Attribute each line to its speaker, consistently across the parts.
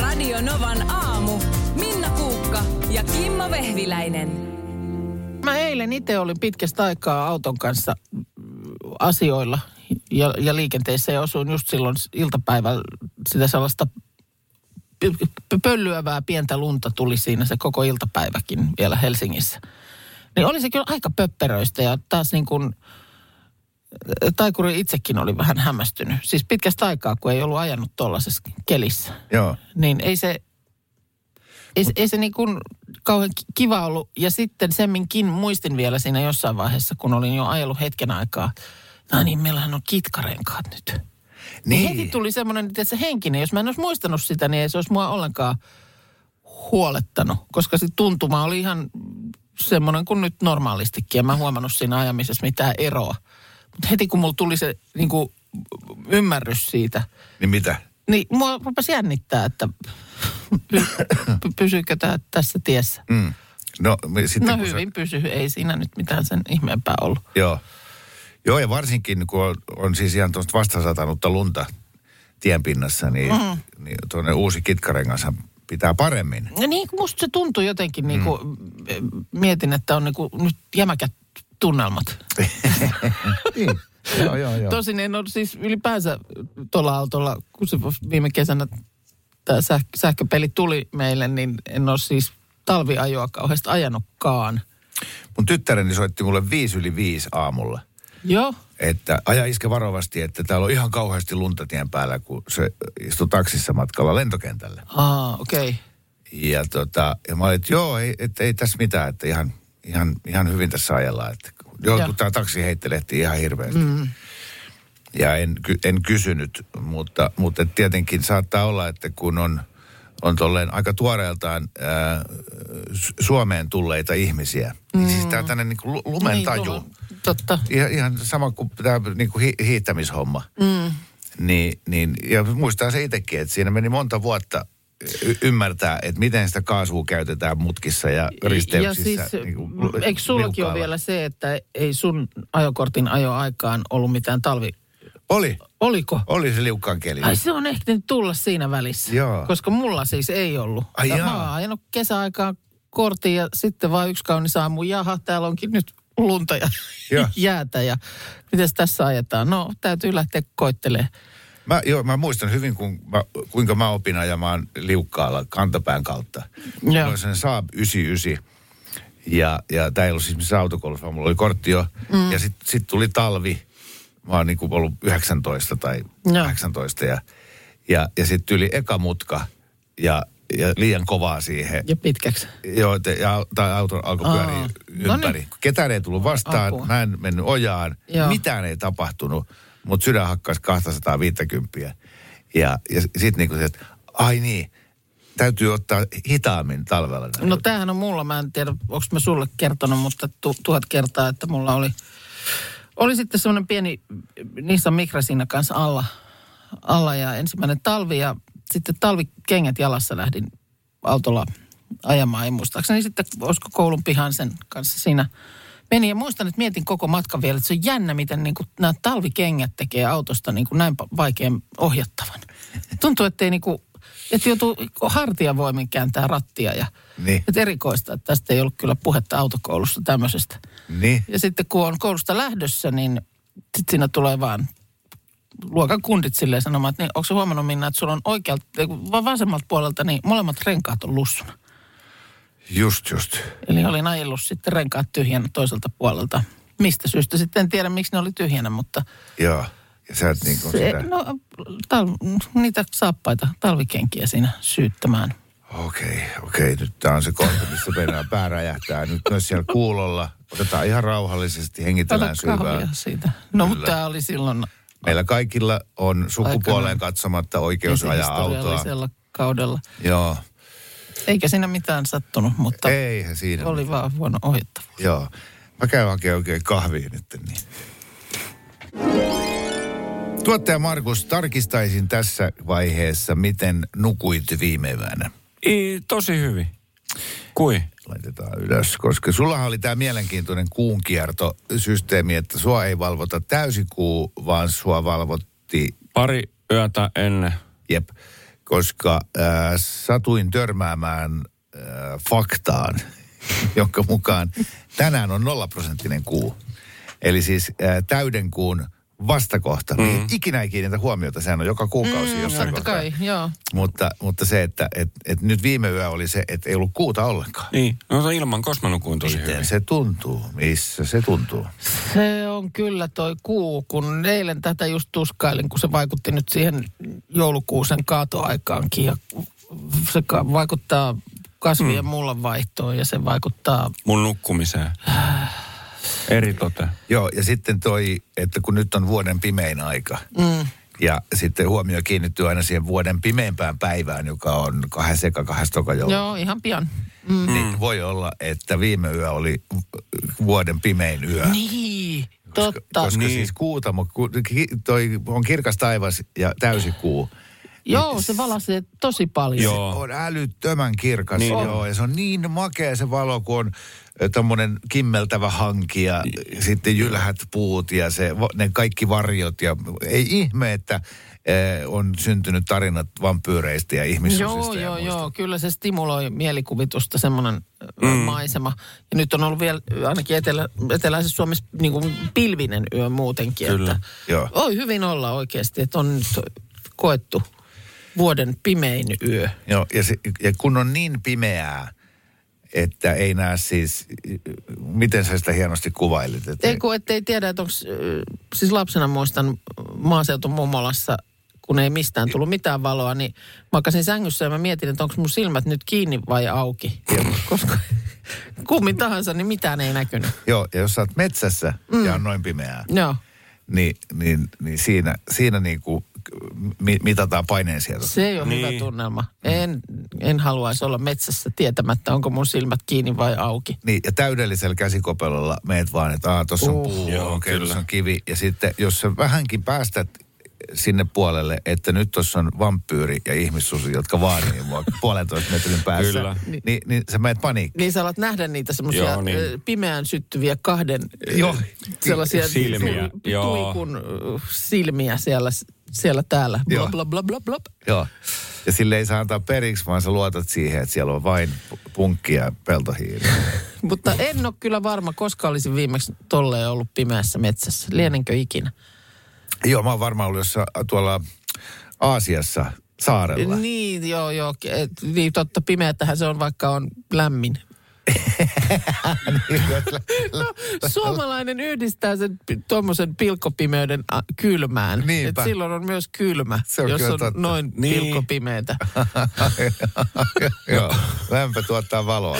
Speaker 1: Radio Novan aamu. Minna Kuukka ja Kimmo Vehviläinen.
Speaker 2: Mä eilen itse olin pitkästä aikaa auton kanssa mm, asioilla ja, ja liikenteessä ja osuin just silloin s- iltapäivällä sitä sellaista p- p- pöllyävää pientä lunta tuli siinä se koko iltapäiväkin vielä Helsingissä. Niin oli se kyllä aika pöpperöistä ja taas niin kuin taikuri itsekin oli vähän hämmästynyt. Siis pitkästä aikaa, kun ei ollut ajanut tuollaisessa kelissä
Speaker 3: Joo.
Speaker 2: niin ei se, ei, se- ei se niin kuin kauhean ki- kiva ollut. Ja sitten semminkin muistin vielä siinä jossain vaiheessa, kun olin jo ajellut hetken aikaa, no niin, meillähän on kitkarenkaat nyt. Niin. Heti
Speaker 3: Niin.
Speaker 2: tuli semmoinen että se henkinen, jos mä en olisi muistanut sitä, niin ei se olisi mua ollenkaan huolettanut, koska se tuntuma oli ihan semmoinen kuin nyt normaalistikin. En mä huomannut siinä ajamisessa mitään eroa. Mutta heti kun mulla tuli se niin kuin, ymmärrys siitä,
Speaker 3: Niin mitä?
Speaker 2: niin mua rupesi jännittää, että py- py- pysyykö tämä tässä tiessä.
Speaker 3: Mm. No, me- sitten
Speaker 2: No
Speaker 3: kun
Speaker 2: hyvin pysy, ei siinä nyt mitään sen ihmeempää ollut.
Speaker 3: Sä, joo. Joo, ja varsinkin kun on, on siis ihan tuosta vastasatanutta lunta tien pinnassa, niin,
Speaker 2: Mm-hmm.
Speaker 3: mm. niin tuonne uusi kitkarengas pitää paremmin.
Speaker 2: No niin, kun musta se tuntui jotenkin, niin kuin, mm. mietin, että on niin kuin, nyt jämäkät tunnelmat.
Speaker 3: niin. Joo, joo, joo.
Speaker 2: Tosin en ole siis ylipäänsä tuolla autolla, kun se viime kesänä tämä säh- sähköpeli tuli meille, niin en ole siis talviajoa kauheasti ajanutkaan.
Speaker 3: Mun tyttäreni soitti mulle viisi yli viisi aamulla,
Speaker 2: Joo,
Speaker 3: että aja iske varovasti, että täällä on ihan kauheasti lunta tien päällä, kun se istui taksissa matkalla lentokentälle.
Speaker 2: Aa, okei. Okay.
Speaker 3: Ja, tota, ja mä olin, että joo, ei, et, ei tässä mitään, että ihan, ihan, ihan hyvin tässä ajellaan. Että, kun- joo,
Speaker 2: Joo.
Speaker 3: kun tämä taksi heittelehti ihan hirveästi. Mm. Ja en, ky- en kysynyt, mutta, mutta et tietenkin saattaa olla, että kun on, on tolleen aika tuoreeltaan ää, Su- Suomeen tulleita ihmisiä, mm. niin siis tämä on tämmöinen niin lumen taju.
Speaker 2: Niin, tuolla- totta.
Speaker 3: Ihan, ihan sama kuin tämä niin kuin hi- hiihtämishomma. Mm. Niin, niin, ja muistaa se itsekin, että siinä meni monta vuotta y- ymmärtää, että miten sitä kaasua käytetään mutkissa ja risteyksissä.
Speaker 2: Ja siis,
Speaker 3: niin kuin
Speaker 2: niinku, eikö sullakin ole
Speaker 3: liukkaalla.
Speaker 2: vielä se, että ei sun ajokortin ajoaikaan ollut mitään talvi...
Speaker 3: Oli,
Speaker 2: Oliko?
Speaker 3: oli se liukkaan keli.
Speaker 2: Ai se on ehtinyt tulla siinä välissä.
Speaker 3: Joo.
Speaker 2: Koska mulla siis ei ollut.
Speaker 3: Ai
Speaker 2: Ja
Speaker 3: jaa.
Speaker 2: mä oon ajanut kesäaikaan kortin ja sitten vaan yksi kaunis aamu, jaha, täällä onkin nyt lunta ja
Speaker 3: Joo.
Speaker 2: jäätä ja mitäs tässä ajetaan? No, täytyy lähteä koittelemaan.
Speaker 3: Mä, joo, mä muistan hyvin, kun mä, kuinka mä opin ajamaan liukkaalla kantapään kautta.
Speaker 2: Joo.
Speaker 3: Mulla oli sen Saab 99. Ja, ja tämä ei ollut siis missään autokoulussa, vaan mulla oli kortti jo. Mm. Ja sitten sit tuli talvi. Mä oon niinku ollut 19 tai
Speaker 2: Joo.
Speaker 3: 18. Ja, ja, ja sitten tuli eka mutka ja, ja liian kovaa siihen.
Speaker 2: Ja pitkäksi.
Speaker 3: Joo, te, ja, tai auto alkoi
Speaker 2: Aa,
Speaker 3: pyöriä
Speaker 2: no
Speaker 3: ympäri.
Speaker 2: niin.
Speaker 3: Ketään ei tullut vastaan,
Speaker 2: Apua.
Speaker 3: Apua. mä en mennyt ojaan,
Speaker 2: Joo.
Speaker 3: Joo. mitään ei tapahtunut, mutta sydän hakkasi 250. Ja, ja sitten niinku se, että ai niin, täytyy ottaa hitaammin talvella. näitä.
Speaker 2: No tämähän on mulla, mä en tiedä, onko mä sulle kertonut, mutta tu, tuhat kertaa, että mulla oli, oli sitten semmoinen pieni Nissan Micra siinä kanssa alla, alla ja ensimmäinen talvi ja sitten talvikengät jalassa lähdin autolla ajamaan, ei muistaakseni sitten, olisiko koulun pihan sen kanssa siinä meni. Ja muistan, että mietin koko matkan vielä, että se on jännä, miten niin kuin nämä talvikengät tekee autosta niin kuin näin pa- vaikean ohjattavan. Tuntuu, että ei niin kuin, että joutuu hartiavoimin kääntää rattia ja
Speaker 3: Niin.
Speaker 2: et erikoista, että tästä ei ollut kyllä puhetta autokoulussa tämmöisestä.
Speaker 3: Niin,
Speaker 2: Ja sitten kun on koulusta lähdössä, niin sit siinä tulee vaan luokan kundit silleen sanomaan, että niin, onko se huomannut Minna, että sulla on oikealta, ei, kun vaan vasemmalta puolelta, niin molemmat renkaat on lussuna.
Speaker 3: just just.
Speaker 2: Eli olin ajellut sitten renkaat tyhjänä toiselta puolelta. Mistä syystä sitten en tiedä, miksi ne oli tyhjänä, mutta
Speaker 3: Joo. Ja sä et niinku
Speaker 2: se,
Speaker 3: sitä...
Speaker 2: no, tal, niitä saappaita, talvikenkiä siinä syyttämään.
Speaker 3: Okei, okei, nyt tää on se kohta, missä mennään pää räjähtää. Nyt myös siellä kuulolla. Otetaan ihan rauhallisesti,
Speaker 2: Ota
Speaker 3: hengitellään
Speaker 2: kahvia
Speaker 3: syvään.
Speaker 2: siitä. No
Speaker 3: Kyllä.
Speaker 2: mutta tämä oli silloin
Speaker 3: Meillä kaikilla on
Speaker 2: Aikanaan.
Speaker 3: sukupuoleen katsomatta oikeus ajaa autoa.
Speaker 2: historiallisella kaudella.
Speaker 3: Joo,
Speaker 2: Eikä siinä mitään sattunut, mutta Ei,
Speaker 3: eihän siinä.
Speaker 2: oli vaan huono ohjattava.
Speaker 3: Joo. Mä käyn hakemaan oikein kahviin nyt. Niin. Tuottaja Markus, tarkistaisin tässä vaiheessa, miten nukuit viime yönä.
Speaker 4: I, tosi hyvin. Kui?
Speaker 3: Laitetaan ylös, koska sullahan oli tämä mielenkiintoinen kuunkiertosysteemi, että sua ei valvota täysikuu, vaan sua valvotti,
Speaker 4: Pari yötä ennen.
Speaker 3: jep, koska äh, satuin törmäämään äh, faktaan, jonka mukaan tänään on nollaprosenttinen kuu. Eli siis äh, täyden kuun vastakohta. Mm. Niin ikinä ei kiinnitä huomiota, sehän on joka kuukausi mm, jossain
Speaker 2: No, Totta
Speaker 3: kohtaa.
Speaker 2: kai, joo.
Speaker 3: Mutta, mutta se, että et, et nyt viime yö oli se, että ei ollut kuuta ollenkaan.
Speaker 4: Niin, no se ilman kosmanukuun tosi
Speaker 3: Miten
Speaker 4: hyvin.
Speaker 3: se tuntuu? Missä se tuntuu?
Speaker 2: Se on kyllä toi kuu, kun eilen tätä just tuskailin, kun se vaikutti nyt siihen joulukuusen kaatoaikaankin. Ja se ka- vaikuttaa kasvien mm. mullan vaihtoon ja se vaikuttaa...
Speaker 4: Mun nukkumiseen. Eri tote.
Speaker 3: Joo, ja sitten toi, että kun nyt on vuoden pimein aika, mm. ja sitten huomio kiinnittyy aina siihen vuoden pimeimpään päivään, joka on kahdes eka, kahdes toka joulu.
Speaker 2: Joo, ihan pian.
Speaker 3: Mm. Niin voi olla, että viime yö oli vuoden pimein yö.
Speaker 2: Niin, totta.
Speaker 3: Koska niin. siis kuuta, mutta ku- ki- toi on kirkas taivas ja täysi kuu.
Speaker 2: Joo, se valasee tosi paljon.
Speaker 4: Joo.
Speaker 3: On älyttömän kirkas, niin
Speaker 4: Niin
Speaker 3: joo.
Speaker 4: on.
Speaker 3: ja se on niin makea se valo, kun on tämmöinen kimmeltävä hanki ja sitten jylhät puut ja se, va- ne kaikki varjot. Ja ei ihme, että eh, on syntynyt tarinat vampyyreistä ja ihmissusista
Speaker 2: Joo,
Speaker 3: ja
Speaker 2: joo,
Speaker 3: muista.
Speaker 2: joo. Kyllä se stimuloi mielikuvitusta, semmoinen mm. maisema. Ja nyt on ollut vielä ainakin etelä, eteläisessä Suomessa niin kuin pilvinen yö muutenkin.
Speaker 4: Kyllä,
Speaker 2: että
Speaker 3: joo.
Speaker 2: Voi hyvin olla oikeasti, että on nyt koettu vuoden pimein yö.
Speaker 3: Joo, ja, se, ja kun on niin pimeää, että ei näe siis, miten sä sitä hienosti kuvailit. Että
Speaker 2: Ei kun ettei tiedä, että onko, siis lapsena muistan maaseutun mummolassa, kun ei mistään tullut mitään valoa, niin makasin sängyssä ja mä mietin, että onko mun silmät nyt kiinni vai auki. Koska kummin tahansa, niin mitään ei näkynyt.
Speaker 3: Joo, ja jos sä oot metsässä mm. ja on noin pimeää,
Speaker 2: Joo,
Speaker 3: niin, niin, niin siinä, siinä niinku mi, mitataan paineensietokyky.
Speaker 2: se ei ole niin. hyvä
Speaker 4: Niin.
Speaker 2: tunnelma. En, en haluaisi olla metsässä tietämättä, onko mun silmät kiinni vai auki.
Speaker 3: Niin, ja täydellisellä käsikopelolla meet vaan, että aah, tuossa on
Speaker 2: Uh.
Speaker 3: puu,
Speaker 4: Joo,
Speaker 3: okei, tuossa
Speaker 4: kyllä.
Speaker 3: on kivi. Ja sitten, jos sä vähänkin päästät sinne puolelle, että nyt tuossa on vampyyri ja ihmissusi, jotka vaanii mua puolentoista metrin päässä,
Speaker 4: Kyllä.
Speaker 3: Niin, niin sä meet paniikkiin.
Speaker 2: Niin sä alat nähdä niitä semmoisia
Speaker 4: Joo, niin.
Speaker 2: niin. pimeään syttyviä kahden
Speaker 3: Joo.
Speaker 2: Joo. sellaisia
Speaker 4: Silmiä,
Speaker 2: tu-
Speaker 4: joo.
Speaker 2: tuikun ö, silmiä siellä, siellä täällä.
Speaker 3: Joo.
Speaker 2: Blab, blab, blab, blab, blab.
Speaker 3: Joo. Ja sille ei saa antaa periksi, vaan sä luotat siihen, että siellä on vain pu- punkki ja peltohiiri.
Speaker 2: Mutta en ole kyllä varma, koska olisin viimeksi tolleen ollut pimeässä metsässä. Lienenkö ikinä?
Speaker 3: Joo, mä oon varmaan ollut jossa tuolla Aasiassa saarella.
Speaker 2: Niin, joo, joo. Et, niin totta, pimeätähän se on, vaikka on lämmin.
Speaker 3: Niin,
Speaker 2: No, suomalainen yhdistää sen pi- tuommoisen pilkkopimeyden a, kylmään. Et
Speaker 3: Niinpä.
Speaker 2: silloin on myös kylmä,
Speaker 3: Se on
Speaker 2: jos
Speaker 3: kyllä
Speaker 2: on
Speaker 3: totta.
Speaker 2: noin
Speaker 4: Niin.
Speaker 2: pilkkopimeetä.
Speaker 3: Joo. Lämpö tuottaa valoa.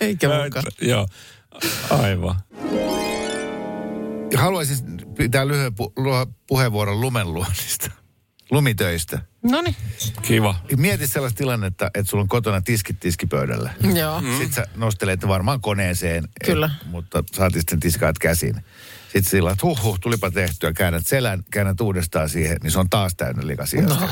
Speaker 2: Eikä mukaan.
Speaker 4: Joo, aivan.
Speaker 3: Haluaisin pitää lyhyen pu- lu- puheenvuoron lumenluonnista, lumitöistä.
Speaker 2: No niin,
Speaker 4: Kiva.
Speaker 3: Mieti sellaista tilannetta, että sulla on kotona tiskit tiskipöydällä.
Speaker 2: joo.
Speaker 3: Mm. Sitten sä nostelet varmaan koneeseen, et-
Speaker 2: Kyllä.
Speaker 3: mutta saatit sitten tiskaat käsin. Sitten sillä että huh, huh, tulipa tehtyä, käännät selän, käännät uudestaan siihen, niin se on taas täynnä likaisia. No.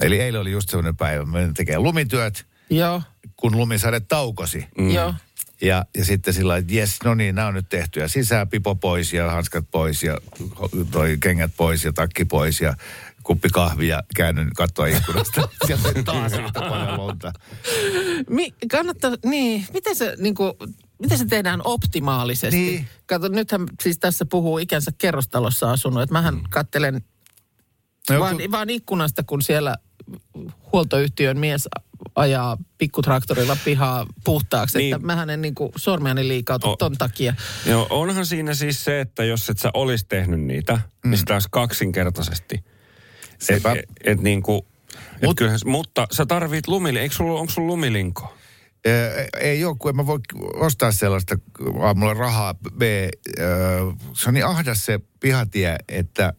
Speaker 3: Eli eilen oli just sellainen päivä, me tekee lumityöt,
Speaker 2: Joo,
Speaker 3: kun lumisade taukosi.
Speaker 2: mm. joo.
Speaker 3: Ja, ja sitten sillä lailla, että jes, no niin, nämä on nyt tehty. Ja sisään pipo pois ja hanskat pois ja ho- toi kengät pois ja takki pois ja kuppi kahvia käännyn kattoa ikkunasta. Sieltä oli taas yhtä paljon lunta.
Speaker 2: Mi- kannattaa, niin, miten se, niin kuin, miten se tehdään optimaalisesti?
Speaker 3: Niin.
Speaker 2: Kato, nythän siis tässä puhuu ikänsä kerrostalossa asunut, että
Speaker 3: Mm.
Speaker 2: mähän kattelen
Speaker 3: No
Speaker 2: vaan,
Speaker 3: joku-
Speaker 2: vaan ikkunasta, kun siellä huoltoyhtiön mies ajaa pikkutraktorilla pihaa puhtaaksi. Niin.
Speaker 4: Niin.
Speaker 2: Että mähän en niin kuin, sormeani liikauta
Speaker 4: O-
Speaker 2: ton takia.
Speaker 4: Joo, onhan siinä siis se, että jos et sä olisi tehnyt niitä, mm. niin sitä olisi kaksinkertaisesti. Et,
Speaker 3: Sepä.
Speaker 4: et, et niinku, et
Speaker 3: Mut-
Speaker 4: Mut, kyllähän, se- mutta sä tarvit lumili, eikö sulla, onko sulla lumilinko?
Speaker 3: Ö, Ei ole, kun en mä voi ostaa sellaista, A, mulla on rahaa, B, ö, se on niin ahdas se pihatie, että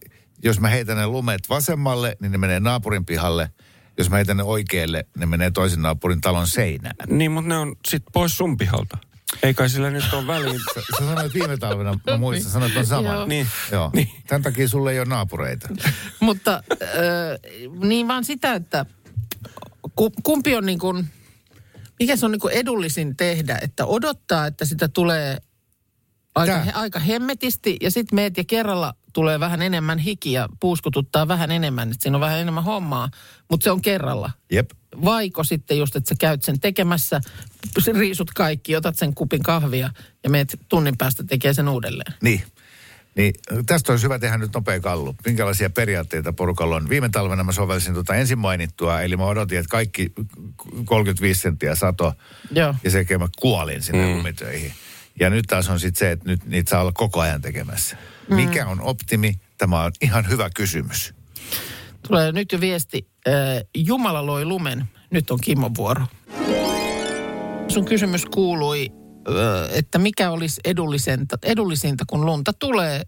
Speaker 3: jos mä heitän ne lumet vasemmalle, niin ne menee naapurin pihalle. Jos mä heitän ne oikealle, ne menee toisen naapurin talon seinään.
Speaker 4: Niin, mutta ne on sit pois sun pihalta. Ei kai sillä nyt ole väliin.
Speaker 3: Sä, sä sanoit viime talvena, mä muistan, sanoit on sama.
Speaker 2: Joo.
Speaker 4: Niin.
Speaker 3: Joo.
Speaker 4: Niin.
Speaker 3: Tämän takia sulle ei ole naapureita.
Speaker 2: Mutta äh, niin vaan sitä, että ku- kumpi on niin kuin, mikä se on niin kuin edullisin tehdä, että odottaa, että sitä tulee aika,
Speaker 3: Tää.
Speaker 2: he, aika hemmetisti ja sitten meet ja kerralla tulee vähän enemmän hiki ja puuskututtaa vähän enemmän, että siinä on vähän enemmän hommaa, mutta se on kerralla.
Speaker 3: Jep.
Speaker 2: Vaiko sitten just, että sä käyt sen tekemässä, sä riisut kaikki, otat sen kupin kahvia ja meet tunnin päästä tekee sen uudelleen.
Speaker 3: Niin. Niin, tästä olisi hyvä tehdä nyt nopea kallu. Minkälaisia periaatteita porukalla on? Viime talvena mä sovelsin tuota ensin mainittua, eli mä odotin, että kaikki 35 senttiä sato
Speaker 2: Joo.
Speaker 3: ja sen jälkeen mä kuolin sinne mm. lumitöihin. Ja nyt taas on sitten se, että nyt niitä saa olla koko ajan tekemässä. Mm. Mikä on optimi? Tämä on ihan hyvä kysymys.
Speaker 2: Tulee nyt jo viesti, äh, Jumala loi lumen, nyt on Kimmon vuoro. Sun kysymys kuului, äh, että mikä olisi edullisinta, edullisinta, kun lunta tulee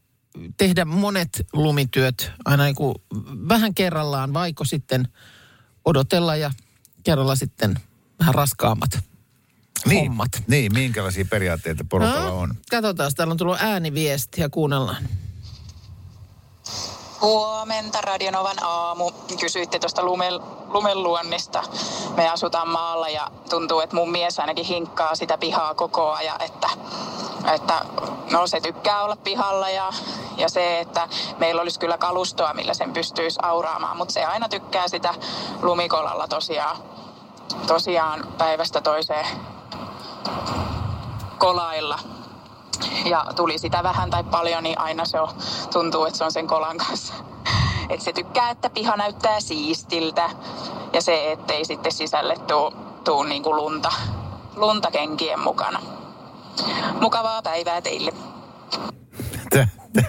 Speaker 2: tehdä monet lumityöt aina niin kuin vähän kerrallaan, vaiko sitten odotella ja kerralla sitten vähän raskaammat
Speaker 3: Niin,
Speaker 2: hommat.
Speaker 3: niin minkälaisia periaatteita porukalla on?
Speaker 2: No, Katsotaan, täällä on tullut ääniviestiä, kuunnellaan.
Speaker 5: Huomenta Radionovan aamu. Kysyitte tuosta lumel, lumenluonnista. Me asutaan maalla ja tuntuu, että mun mies ainakin hinkkaa sitä pihaa koko ajan, että, että no se tykkää olla pihalla ja, ja se, että meillä olisi kyllä kalustoa, millä sen pystyisi auraamaan, mutta se aina tykkää sitä lumikolalla tosiaan, tosiaan päivästä toiseen kolailla ja tuli sitä vähän tai paljon, niin aina se on, tuntuu, että se on sen kolan kanssa. Et se tykkää, että piha näyttää siistiltä ja se, ettei sitten sisälle tuu, tuu niinku lunta, lunta kenkien mukana. Mukavaa päivää teille.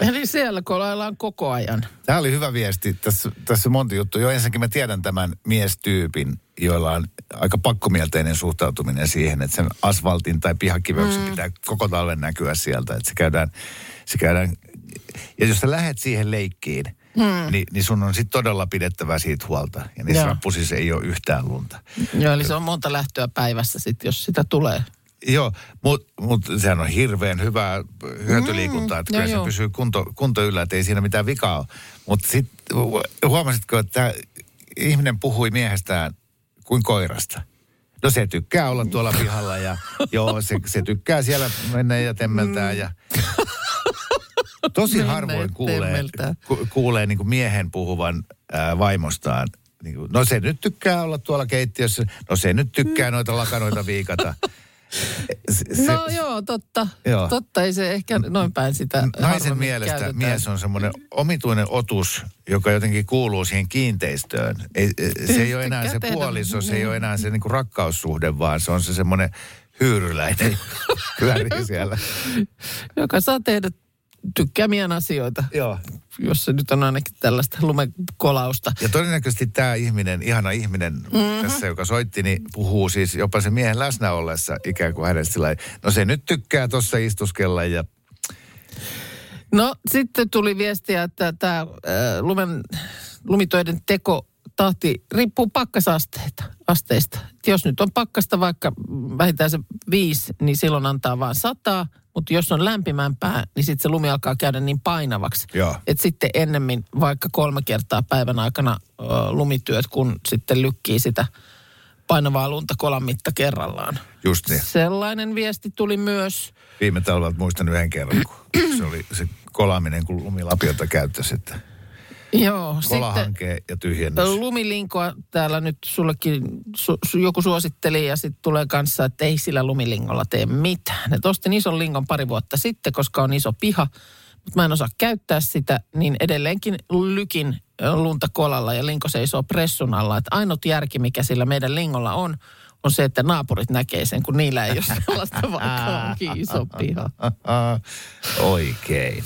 Speaker 2: Eli siellä kolaillaan koko ajan.
Speaker 3: Tämä oli hyvä viesti. Tässä, tässä on monta juttu. Jo ensinnäkin mä tiedän tämän miestyypin, joilla on aika pakkomielteinen suhtautuminen siihen, että sen asfaltin tai pihakiveyksen mm. pitää koko talven näkyä sieltä. Että se käydään, se käydään... Ja jos sä lähet siihen leikkiin, mm. niin, niin sun on sitten todella pidettävä siitä huolta. Ja niissä
Speaker 2: Joo.
Speaker 3: rappusissa ei ole yhtään lunta.
Speaker 2: Joo, eli se on monta lähtöä päivässä sitten, jos sitä tulee.
Speaker 3: Joo, mutta mut sehän on hirveän hyvää hyötyliikuntaa, että
Speaker 2: Mm,
Speaker 3: kyllä
Speaker 2: joo,
Speaker 3: se
Speaker 2: joo.
Speaker 3: pysyy kunto, kunto yllä, että ei siinä mitään vikaa ole. Mutta sitten huomasitko, että tää ihminen puhui miehestään kuin koirasta? No se tykkää olla tuolla pihalla ja joo, se, se tykkää siellä mennä ja temmeltää ja... Tosi
Speaker 2: Mm. Mennä ja
Speaker 3: harvoin kuulee,
Speaker 2: temmeltää.
Speaker 3: ku, kuulee niin miehen puhuvan ää, vaimostaan. Niin kuin, no se nyt tykkää olla tuolla keittiössä, no se nyt
Speaker 2: Mm.
Speaker 3: tykkää noita lakanoita viikata. Se,
Speaker 2: No joo, totta.
Speaker 3: Joo.
Speaker 2: Joo. Totta, ei se ehkä noin päin sitä
Speaker 3: Naisen
Speaker 2: harvemmin
Speaker 3: mielestä
Speaker 2: käytetään.
Speaker 3: mies on semmoinen omituinen otus, joka jotenkin kuuluu siihen kiinteistöön. Ei, e- se ei ole enää se
Speaker 2: Tykkää tehdä,
Speaker 3: puoliso, se ei
Speaker 2: Niin.
Speaker 3: ole enää se niinku rakkaussuhde, vaan se on se semmoinen hyyryläinen pyörii siellä.
Speaker 2: Joka saa tehdä tykkäämien asioita,
Speaker 3: Joo.
Speaker 2: jos se nyt on ainakin tällaista lumekolausta.
Speaker 3: Ja todennäköisesti tämä ihminen, ihana ihminen mm-hmm. tässä, joka soitti, niin puhuu siis jopa sen miehen läsnä ollessa ikään kuin hänestä sillä lailla, No se nyt tykkää tuossa istuskella ja
Speaker 2: No sitten tuli viestiä, että tämä lumen, lumitöiden teko tahti riippuu pakkasasteista. Asteista. Et jos nyt on pakkasta vaikka vähintään se viisi, niin silloin antaa vain sataa. Mutta jos on lämpimämpää, niin sitten se lumi alkaa käydä niin painavaksi.
Speaker 3: Joo.
Speaker 2: Että sitten ennemmin vaikka kolme kertaa päivän aikana ö, lumityöt, kun sitten lykkii sitä painavaa lunta kolan mitta kerrallaan.
Speaker 3: just niin.
Speaker 2: Sellainen viesti tuli myös.
Speaker 3: Viime talvelta muistan yhden kerran, kun se oli se kolaaminen, kun lumilapiota käyttäisi, että
Speaker 2: Joo, sitten...
Speaker 3: kolahanke ja tyhjennys.
Speaker 2: Lumilinkoa täällä nyt sullekin su, su, joku suositteli ja sitten tulee kanssa, että ei sillä lumilingolla tee mitään. Et ostin ison lingon pari vuotta sitten, koska on iso piha, mutta mä en osaa käyttää sitä, niin edelleenkin lykin ö, lunta kolalla ja linko seisoo pressun alla. Et ainut järki, mikä sillä meidän lingolla on, on se, että naapurit näkee sen, kun niillä ei ole sellaista, vaikka onkin iso piha.
Speaker 3: Oikein.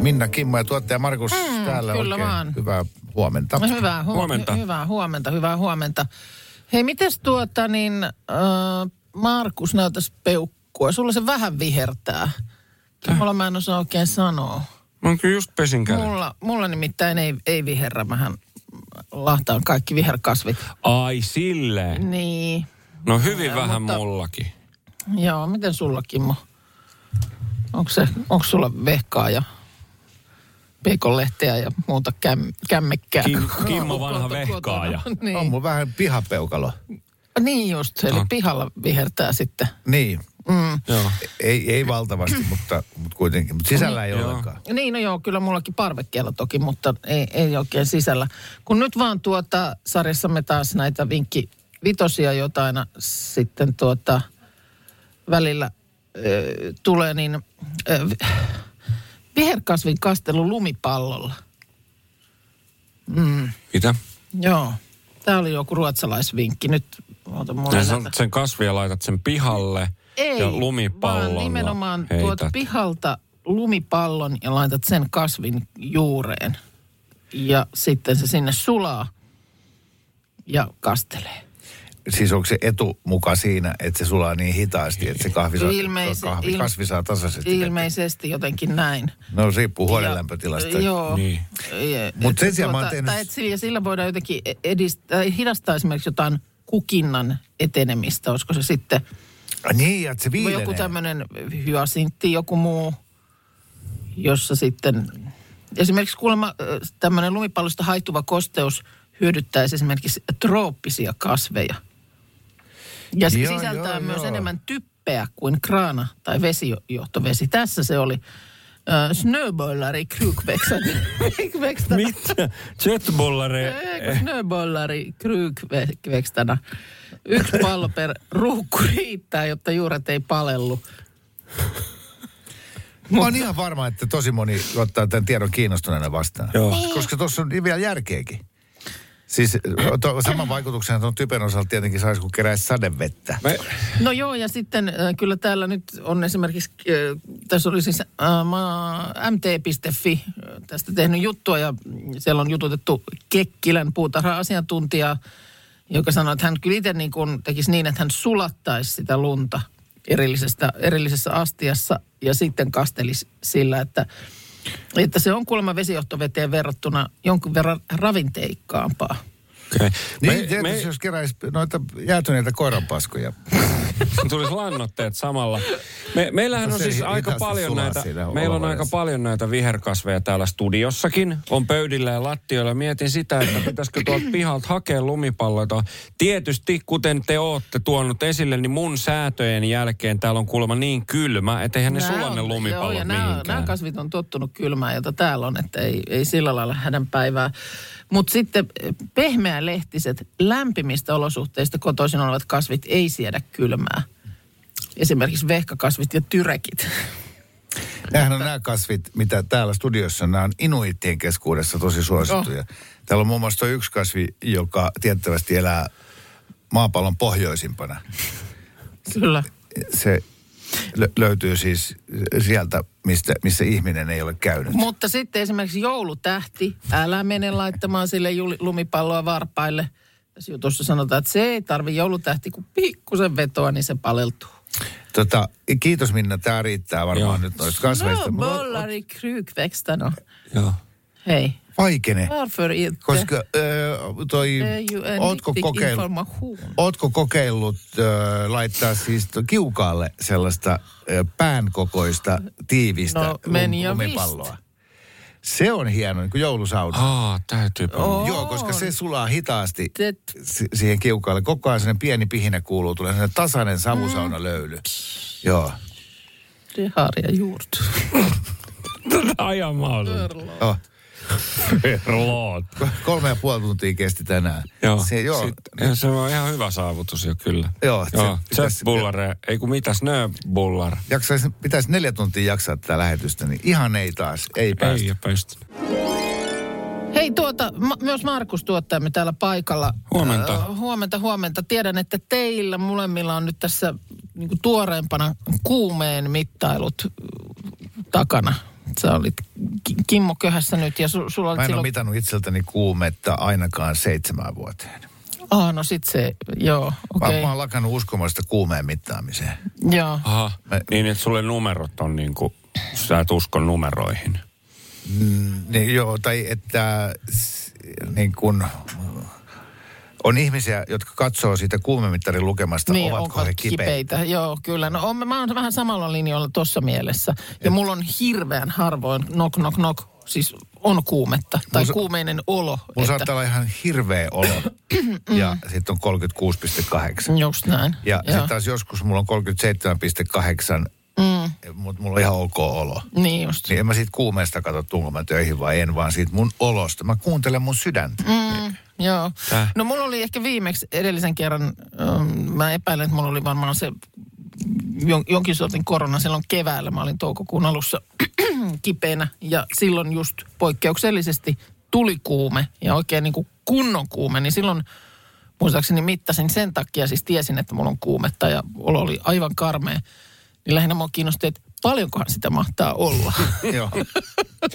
Speaker 3: Minna, Kimmo ja tuottaja Markus mm, täällä
Speaker 2: kyllä
Speaker 3: oikein.
Speaker 2: vaan.
Speaker 3: Hyvää huomenta.
Speaker 2: No Hyvää huom-
Speaker 4: Huomenta.
Speaker 2: huomenta. Hyvää huomenta, hyvää huomenta. Hei, mites tuota niin, äh, Markus näytäs peukkua. Sulla se vähän vihertää.
Speaker 4: Äh.
Speaker 2: Mulla mä en osaa oikein sanoa.
Speaker 4: Mä oon kyllä just pesin käden.
Speaker 2: Mulla, mulla nimittäin ei, ei viherrä. Mähän lahtaan kaikki viherkasvit.
Speaker 4: Ai silleen.
Speaker 2: Niin.
Speaker 4: No hyvin vähän
Speaker 2: mutta-
Speaker 4: mullakin.
Speaker 2: Joo, miten sulla Kimmo? Onko, se, onko sulla vehkaa ja peikonlehteä ja muuta käm, kämmekkää?
Speaker 4: Kim- Kimmo vanha
Speaker 2: Kotona-
Speaker 4: vehkaaja.
Speaker 2: kotona.
Speaker 3: On
Speaker 2: Niin.
Speaker 3: mun vähän pihapeukalo.
Speaker 2: Niin just, eli
Speaker 4: On.
Speaker 2: pihalla vihertää sitten.
Speaker 3: Niin,
Speaker 2: Mm.
Speaker 4: Joo.
Speaker 3: Ei, ei valtavasti, mutta, mutta kuitenkin. Mutta sisällä ei ollenkaan.
Speaker 2: Niin, no joo, kyllä mullakin parvekkeella toki, mutta ei, ei oikein sisällä. Kun nyt vaan tuota sarjassamme taas näitä vinkki vitosia, joita aina sitten tuota välillä ö, tulee, niin ö, vi- viherkasvin kastelu lumipallolla.
Speaker 4: Mitä?
Speaker 2: Joo, tämä oli joku ruotsalaisvinkki. Nyt oota mulla
Speaker 4: Ja sä
Speaker 2: näitä-
Speaker 4: otat sen kasvia ja laitat sen pihalle
Speaker 2: Ei,
Speaker 4: ja lumipallolla
Speaker 2: vaan nimenomaan tuota tuot
Speaker 4: heität.
Speaker 2: pihalta lumipallon ja laitat sen kasvin juureen. Ja sitten se sinne sulaa ja kastelee.
Speaker 3: Siis onko se etu muka siinä, että se sulaa niin hitaasti, että se kahvi, saa,
Speaker 2: Ilmeise-
Speaker 3: kahvi,
Speaker 2: il-
Speaker 3: kasvi saa tasaisesti?
Speaker 2: Ilmeisesti jotenkin näin.
Speaker 3: No riippuu
Speaker 2: Ja-
Speaker 3: huonelämpötilasta.
Speaker 2: Joo.
Speaker 4: Niin.
Speaker 2: Ja-
Speaker 3: Mut sen sijaan mä oon
Speaker 2: tuota,
Speaker 3: tehnyt-
Speaker 2: tai et sillä, sillä voidaan jotenkin edistää, hidastaa esimerkiksi jotain kukinnan etenemistä. Olisiko se sitten
Speaker 3: Ai Niin, että se viilenee.
Speaker 2: joku tämmöinen hyasintti, joku muu, jossa sitten... Esimerkiksi kuulemma ö, tämmöinen lumipallosta haihtuva kosteus hyödyttäisi esimerkiksi trooppisia kasveja. Ja se
Speaker 3: Joo,
Speaker 2: sisältää
Speaker 3: joo,
Speaker 2: myös
Speaker 3: joo.
Speaker 2: enemmän typpeä kuin kraana tai vesijohtovesi. Tässä se oli äh, snöbollari krukvekstana.
Speaker 4: Mitä? Jetbullari.
Speaker 2: Eikö snöbollari kryykvekstänä? Yksi pallo per ruukku riittää, jotta juuret ei palellu.
Speaker 3: Mä oon ihan varma, että tosi moni ottaa tämän tiedon kiinnostuneena vastaan.
Speaker 4: Joo.
Speaker 3: Koska tuossa on vielä järkeäkin. Siis to, saman vaikutuksen tuon typen osalta tietenkin saisi, kun keräisi sadevettä.
Speaker 4: Me,
Speaker 2: No joo, ja sitten äh, kyllä täällä nyt on esimerkiksi, äh, tässä oli siis äh, mä- mt.fi äh, tästä tehnyt juttua, ja mm, siellä on jututettu Kekkilän puutarha-asiantuntijaa, joka sanoi, että hän kyllä itse niin kuin tekisi niin, että hän sulattaisi sitä lunta erillisestä, erillisessä astiassa ja sitten kastelisi sillä, että, että se on kuulemma vesijohtoveteen verrattuna jonkun verran ravinteikkaampaa.
Speaker 4: okay.
Speaker 3: Niin, me, tietysti me... jos keräisi noita jäätyneitä koiranpaskoja.
Speaker 4: tulisi lannoitteet samalla. Me, meillähän on
Speaker 3: Se
Speaker 4: siis
Speaker 3: hi-
Speaker 4: aika
Speaker 3: hitaasti
Speaker 4: paljon
Speaker 3: sulaa
Speaker 4: näitä,
Speaker 3: siinä
Speaker 4: meillä on aika
Speaker 3: olohuoneessa.
Speaker 4: paljon näitä viherkasveja täällä studiossakin. On pöydillä ja lattioilla. Mietin sitä, että pitäisikö tuolta pihalta hakea lumipalloita. Tietysti, kuten te ootte tuonut esille, niin mun säätöjen jälkeen täällä on kuulemma niin kylmä, että eihän ne
Speaker 2: Nää
Speaker 4: sula ne
Speaker 2: on- joo, ja
Speaker 4: lumipallot
Speaker 2: nämä, Nämä
Speaker 4: mihinkään.
Speaker 2: kasvit on tottunut kylmään, jota täällä on, että ei, ei sillä lailla hädän päivää. Mutta sitten eh, pehmeälehtiset, lämpimistä olosuhteista kotoisin olevat kasvit ei siedä kylmää. Esimerkiksi vehkakasvit ja tyrekit.
Speaker 3: Nämähän on nämä kasvit, mitä täällä studiossa, nämä on inuittien keskuudessa tosi suosittuja. Täällä on muun muassa toi yksi kasvi, joka tiettävästi elää maapallon pohjoisimpana.
Speaker 2: Kyllä.
Speaker 3: Se lö- löytyy siis sieltä, mistä, missä ihminen ei ole käynyt.
Speaker 2: Mutta sitten esimerkiksi joulutähti, älä mene laittamaan sille juli- lumipalloa varpaille. Tässä jutussa sanotaan, että se ei tarvi joulutähti, kun pikkusen vetoa, niin se paleltuu.
Speaker 3: Tota, kiitos Minna, tämä riittää varmaan
Speaker 4: Joo.
Speaker 3: nyt noista kasveista.
Speaker 2: no,
Speaker 3: Mulla on-
Speaker 2: bollari krykväkstano.
Speaker 4: Joo.
Speaker 2: Hei.
Speaker 3: Vaikene,
Speaker 2: Varför inte?
Speaker 3: koska ö, toi,
Speaker 2: Det är ju en
Speaker 3: ootko
Speaker 2: viktig
Speaker 3: kokeillut,
Speaker 2: information.
Speaker 3: ootko kokeillut ö, laittaa siis to- kiukaalle sellaista ö, päänkokoista tiivistä
Speaker 2: No, men
Speaker 3: lum-
Speaker 2: jag
Speaker 3: lumipalloa? Se on hieno, niin kuin joulusauna.
Speaker 4: Aa, täytyy oh.
Speaker 3: Joo, koska se sulaa hitaasti
Speaker 2: Det,
Speaker 3: si- siihen kiukaalle. Koko ajan sellainen pieni pihinä kuuluu, tulee sellainen tasainen savusauna löyly. Joo.
Speaker 2: det har jag gjort.
Speaker 4: Ajan mahdollista.
Speaker 3: Joo.
Speaker 4: Lord.
Speaker 3: Kolme ja puoli tuntia kesti tänään.
Speaker 4: Joo.
Speaker 3: Se, joo.
Speaker 4: Sitten, se on ihan hyvä saavutus jo kyllä.
Speaker 3: Joo, se
Speaker 4: joo. Se,
Speaker 3: pitäisi-
Speaker 4: bullare, ei kun mitä, snöbullar.
Speaker 3: jaksaisi, pitäisi neljä tuntia jaksaa tätä lähetystä, niin ihan ei taas, ei päästä.
Speaker 4: Ei päästä.
Speaker 2: Hei tuota, ma, myös Markus tuottajamme täällä paikalla.
Speaker 4: Huomenta.
Speaker 2: Ö, huomenta, huomenta. Tiedän, että teillä molemmilla on nyt tässä niin kuin tuoreempana kuumeen mittailut ö, takana. Sä olit Ki- Kimmo Köhässä nyt ja su, sulla oli
Speaker 3: Mä en ole
Speaker 2: silloin...
Speaker 3: mitannut itseltäni kuumetta ainakaan seitsemään vuoteen.
Speaker 2: Ah, no sit se, joo,
Speaker 3: Okay.
Speaker 2: okei.
Speaker 3: Mä, mä oon lakannut uskomasta kuumeen mittaamiseen.
Speaker 2: Joo.
Speaker 4: Aha,
Speaker 3: Mä-
Speaker 4: niin että sulle numerot on niin kuin, sä et usko numeroihin.
Speaker 3: Niin, joo, tai että s- niin kun, on ihmisiä, jotka katsoo siitä kuumemittarin lukemasta,
Speaker 2: Niin,
Speaker 3: ovatko he kipeitä.
Speaker 2: Joo, kyllä. No on, mä oon vähän samalla linjalla tuossa mielessä. Ja mulla on hirveän harvoin knock, knock, knock, siis on kuumetta tai
Speaker 3: Mun sa-
Speaker 2: kuumeinen olo.
Speaker 3: Mulla saattaa olla ihan hirveä olo ja sitten on 36,8.
Speaker 2: Just näin.
Speaker 3: Ja
Speaker 2: Joo.
Speaker 3: sitten taas joskus mulla on 37,8, mm. mutta mulla on ihan ok olo.
Speaker 2: Niin just.
Speaker 3: Niin en mä siitä kuumeesta katso, tuunko mä töihin vai en, vaan siitä mun olosta. Mä kuuntelen mun sydäntä. Mm.
Speaker 2: Joo.
Speaker 4: Tää.
Speaker 2: No mulla oli ehkä viimeksi edellisen kerran, ähm, mä epäilen, että mulla oli varmaan se jon- jonkin sortin korona silloin keväällä. Mä olin toukokuun alussa kipeänä ja silloin just poikkeuksellisesti tuli kuume ja oikein niin kuin kunnon kuume. Niin silloin muistaakseni mittasin sen takia, siis tiesin, että mulla on kuumetta ja olo oli aivan karmea. Niin lähinnä mua kiinnosti, että paljonkohan sitä mahtaa olla.
Speaker 3: Joo.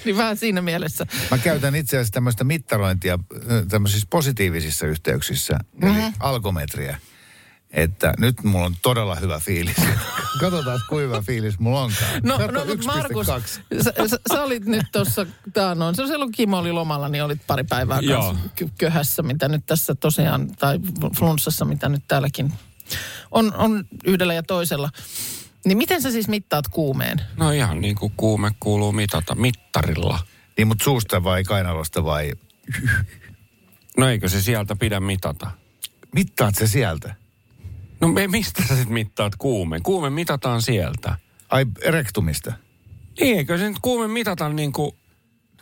Speaker 2: niin vähän siinä mielessä.
Speaker 3: Mä käytän itse asiassa tämmöistä mittarointia äh, tämmöisissä positiivisissa yhteyksissä, eli
Speaker 2: Mhm.
Speaker 3: alkometriä. Että nyt mulla on todella hyvä fiilis. Katsotaan, kuinka hyvä fiilis mulla onkaan.
Speaker 2: No,
Speaker 3: Kato,
Speaker 2: no mutta Markus,
Speaker 3: 1,2.
Speaker 2: sä, sä, sä olit nyt tuossa, tää noin, se on silloin kun Kimo oli lomalla, niin olit pari päivää
Speaker 4: Joo.
Speaker 2: kanssa ky- köhässä, mitä nyt tässä tosiaan, tai flunssassa, mitä nyt täälläkin on, on yhdellä ja toisella. Niin miten sä siis mittaat kuumeen?
Speaker 4: No ihan niin kuin kuume kuuluu mitata mittarilla.
Speaker 3: Niin, mutta suusta vai kainalosta vai...
Speaker 4: No eikö se sieltä pidä mitata?
Speaker 3: Mittaat se sieltä?
Speaker 4: No me- mistä sä sit mittaat kuume? Kuume mitataan sieltä.
Speaker 3: Ai, rektumista?
Speaker 4: Niin, eikö se nyt kuume mitata niin kuin...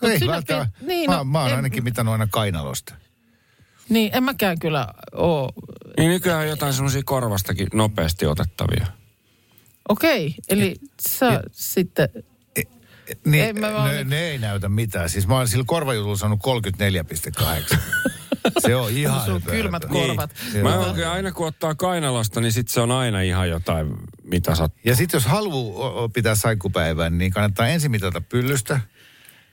Speaker 3: Ei,
Speaker 2: sinäkin-
Speaker 3: välttämättä.
Speaker 2: niin,
Speaker 3: mä,
Speaker 2: no,
Speaker 3: mä oon
Speaker 2: en-
Speaker 3: ainakin mitannut aina kainalosta.
Speaker 2: Niin en mäkään kyllä oo.
Speaker 4: Niin nykyään on jotain semmoisia korvastakin nopeasti otettavia.
Speaker 2: Okei, eli sä sitten,
Speaker 3: Niin,
Speaker 2: En mä vaan
Speaker 3: ne,
Speaker 2: nyt-
Speaker 3: ne ei näytä mitään. Siis mä oon sillä korvajutulla saanut 34,8. se on ihan
Speaker 2: sun
Speaker 3: höpö,
Speaker 2: kylmät
Speaker 3: höpö.
Speaker 2: korvat.
Speaker 3: Joo.
Speaker 4: Niin. Mä oon kyllä aina kun ottaa kainalasta, niin sit se on aina ihan jotain, mitä sä...
Speaker 3: Ja sitten jos haluaa pitää saikkupäivän, niin kannattaa ensin mitata pyllystä.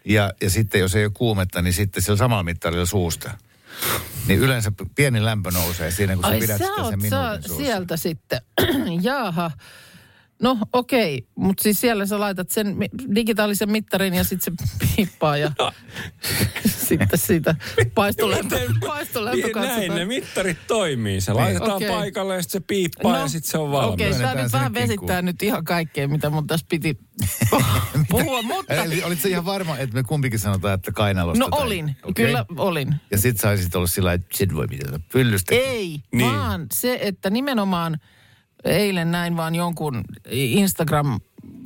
Speaker 3: Ja, ja sitten jos ei ole kuumetta, niin sitten sillä samalla mittarilla suusta. Niin yleensä p- pieni lämpö nousee siinä, kun sä
Speaker 2: Ai
Speaker 3: pidät
Speaker 2: sä
Speaker 3: sitä
Speaker 2: oot
Speaker 3: sen
Speaker 2: sä
Speaker 3: minuutin suussa.
Speaker 2: sieltä sitten. Jaaha. No okei, mutta siis siellä sä laitat sen mi- digitaalisen mittarin ja sitten se piippaa ja
Speaker 3: No.
Speaker 2: sitten siitä paistolämpö, paistolämpö
Speaker 4: Niin, Näin ne
Speaker 2: katsotaan.
Speaker 4: mittarit toimii. Se laitetaan
Speaker 2: Niin. Okei.
Speaker 4: okay. paikalle ja sit se piippaa no. ja sit se on valmis.
Speaker 2: Okei, sä
Speaker 4: Okay.
Speaker 3: Myönnetään
Speaker 2: nyt
Speaker 3: sinne
Speaker 2: vähän vesittää
Speaker 3: kinkkuun.
Speaker 2: nyt ihan kaikkea, mitä mun tässä piti puhua, mutta...
Speaker 3: Eli olit sä ihan varma, että me kumpikin sanotaan, että kainalosta?
Speaker 2: No
Speaker 3: tai-
Speaker 2: olin,
Speaker 3: Okei.
Speaker 2: kyllä olin.
Speaker 3: Ja sit saisit olla sillä lailla, että sen voi mitata pyllystä.
Speaker 2: Ei, niin.
Speaker 4: Niin.
Speaker 2: vaan se, että nimenomaan eilen näin vaan jonkun Instagram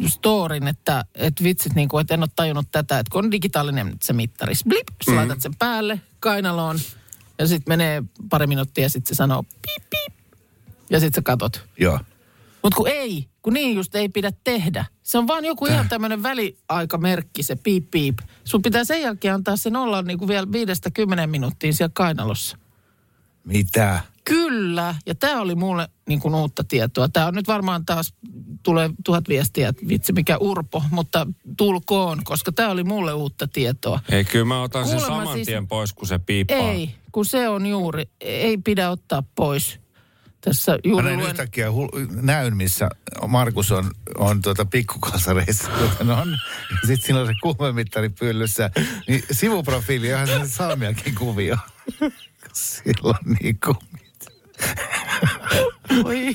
Speaker 2: storin, että, että vitsit, niin kuin, että en ole tajunnut tätä, että kun on digitaalinen se mittari, blip, sä mm. laitat sen päälle kainaloon ja sitten menee pari minuuttia ja sitten se sanoo pip, pip, ja sitten sä katot.
Speaker 3: Joo.
Speaker 2: Mutta kun ei, kun niin just ei pidä tehdä. Se on vaan joku ihan tämmöinen väliaikamerkki, se piip piip. Sun pitää sen jälkeen antaa sen olla niin kuin vielä viidestä kymmenen minuuttia siellä kainalossa.
Speaker 3: Mitä?
Speaker 2: Kyllä, ja tämä oli mulle niin kuin uutta tietoa. Tämä on nyt varmaan taas, tulee tuhat viestiä, että vitsi mikä urpo, mutta tulkoon, koska tämä oli mulle uutta tietoa.
Speaker 4: Ei, kyllä mä otan sen
Speaker 2: Kuulemma
Speaker 4: saman
Speaker 2: siis-
Speaker 4: tien pois, kun se piippaa.
Speaker 2: Ei, kun se on juuri, ei pidä ottaa pois. Tässä
Speaker 3: Mä
Speaker 2: juuri
Speaker 3: näin
Speaker 2: luen,
Speaker 3: yhtäkkiä hul- näyn, missä Markus on, on tuota pikkukalsareissa, kuten on. Sitten siinä on se kuumemittari pyllyssä. Niin sivuprofiili on ihan sellainen salmiakin kuvio. Sillä on niin kuin
Speaker 2: oi,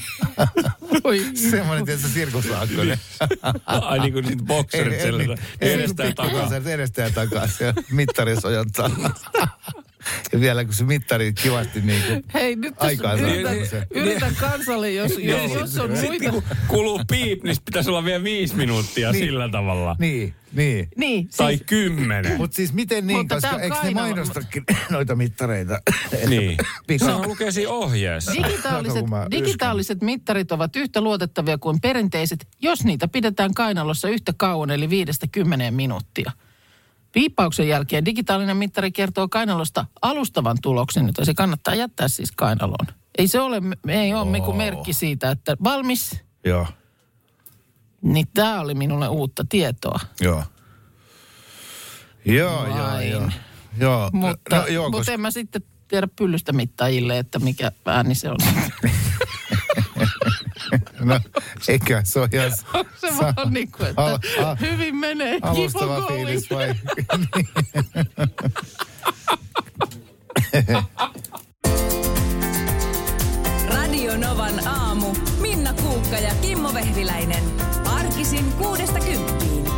Speaker 2: oi.
Speaker 3: semmoinen tietysti sirkuslaakkoinen.
Speaker 4: Ai niin kuin sit bokserit sellainen. Edestä ja takaa.
Speaker 3: Pikkukalsarit edestä ja takaa. Se mittari sojottaa. Ja vielä kun se mittari kivasti niin kuin
Speaker 2: Hei, nyt
Speaker 3: Aikaa
Speaker 2: tässä
Speaker 3: saa
Speaker 2: yritän,
Speaker 3: tämmöisen.
Speaker 2: yritän kansalle, jos, siis jos, jos on
Speaker 4: Sitten kun
Speaker 2: muita.
Speaker 4: siis- niinku kuluu piip, niin sit pitäisi olla vielä viisi minuuttia
Speaker 3: Niin.
Speaker 4: sillä tavalla.
Speaker 3: Niin, niin.
Speaker 2: Niin,
Speaker 4: Tai
Speaker 2: siis,
Speaker 4: kymmenen.
Speaker 3: Mutta siis miten niin,
Speaker 2: Mutta tää
Speaker 3: koska
Speaker 2: on
Speaker 3: eikö ne
Speaker 2: kainalo-
Speaker 3: mainostakin noita mittareita?
Speaker 4: Niin.
Speaker 3: Pikku-
Speaker 4: Se lukee siinä ohjeessa.
Speaker 2: Digitaaliset,
Speaker 3: Kato, kun mä yskän.
Speaker 2: digitaaliset mittarit ovat yhtä luotettavia kuin perinteiset, jos niitä pidetään kainalossa yhtä kauan, eli 5-10 minuuttia. Piippauksen jälkeen digitaalinen mittari kertoo kainalosta alustavan tuloksen, jota se kannattaa jättää siis kainaloon. Ei se ole, ei ole miku merkki siitä, että valmis,
Speaker 3: Joo,
Speaker 2: niin tämä oli minulle uutta tietoa.
Speaker 3: joo. Joo, joo,
Speaker 2: Vain.
Speaker 3: joo. Joo,
Speaker 2: Mutta,
Speaker 3: no, joo
Speaker 2: mutta
Speaker 3: koska
Speaker 2: en mä sitten tiedä pyllystä mittaajille, että mikä ääni se on.
Speaker 3: no, eikä se ole ihan
Speaker 2: se vaan niin kuin, että
Speaker 3: Al- al-
Speaker 2: hyvin menee. Keep on
Speaker 3: alustava
Speaker 2: going.
Speaker 3: fiilis vai?
Speaker 1: Radio Novan aamu. Minna Kuukka ja Kimmo Vehviläinen. Arkisin kuudesta kymppiin.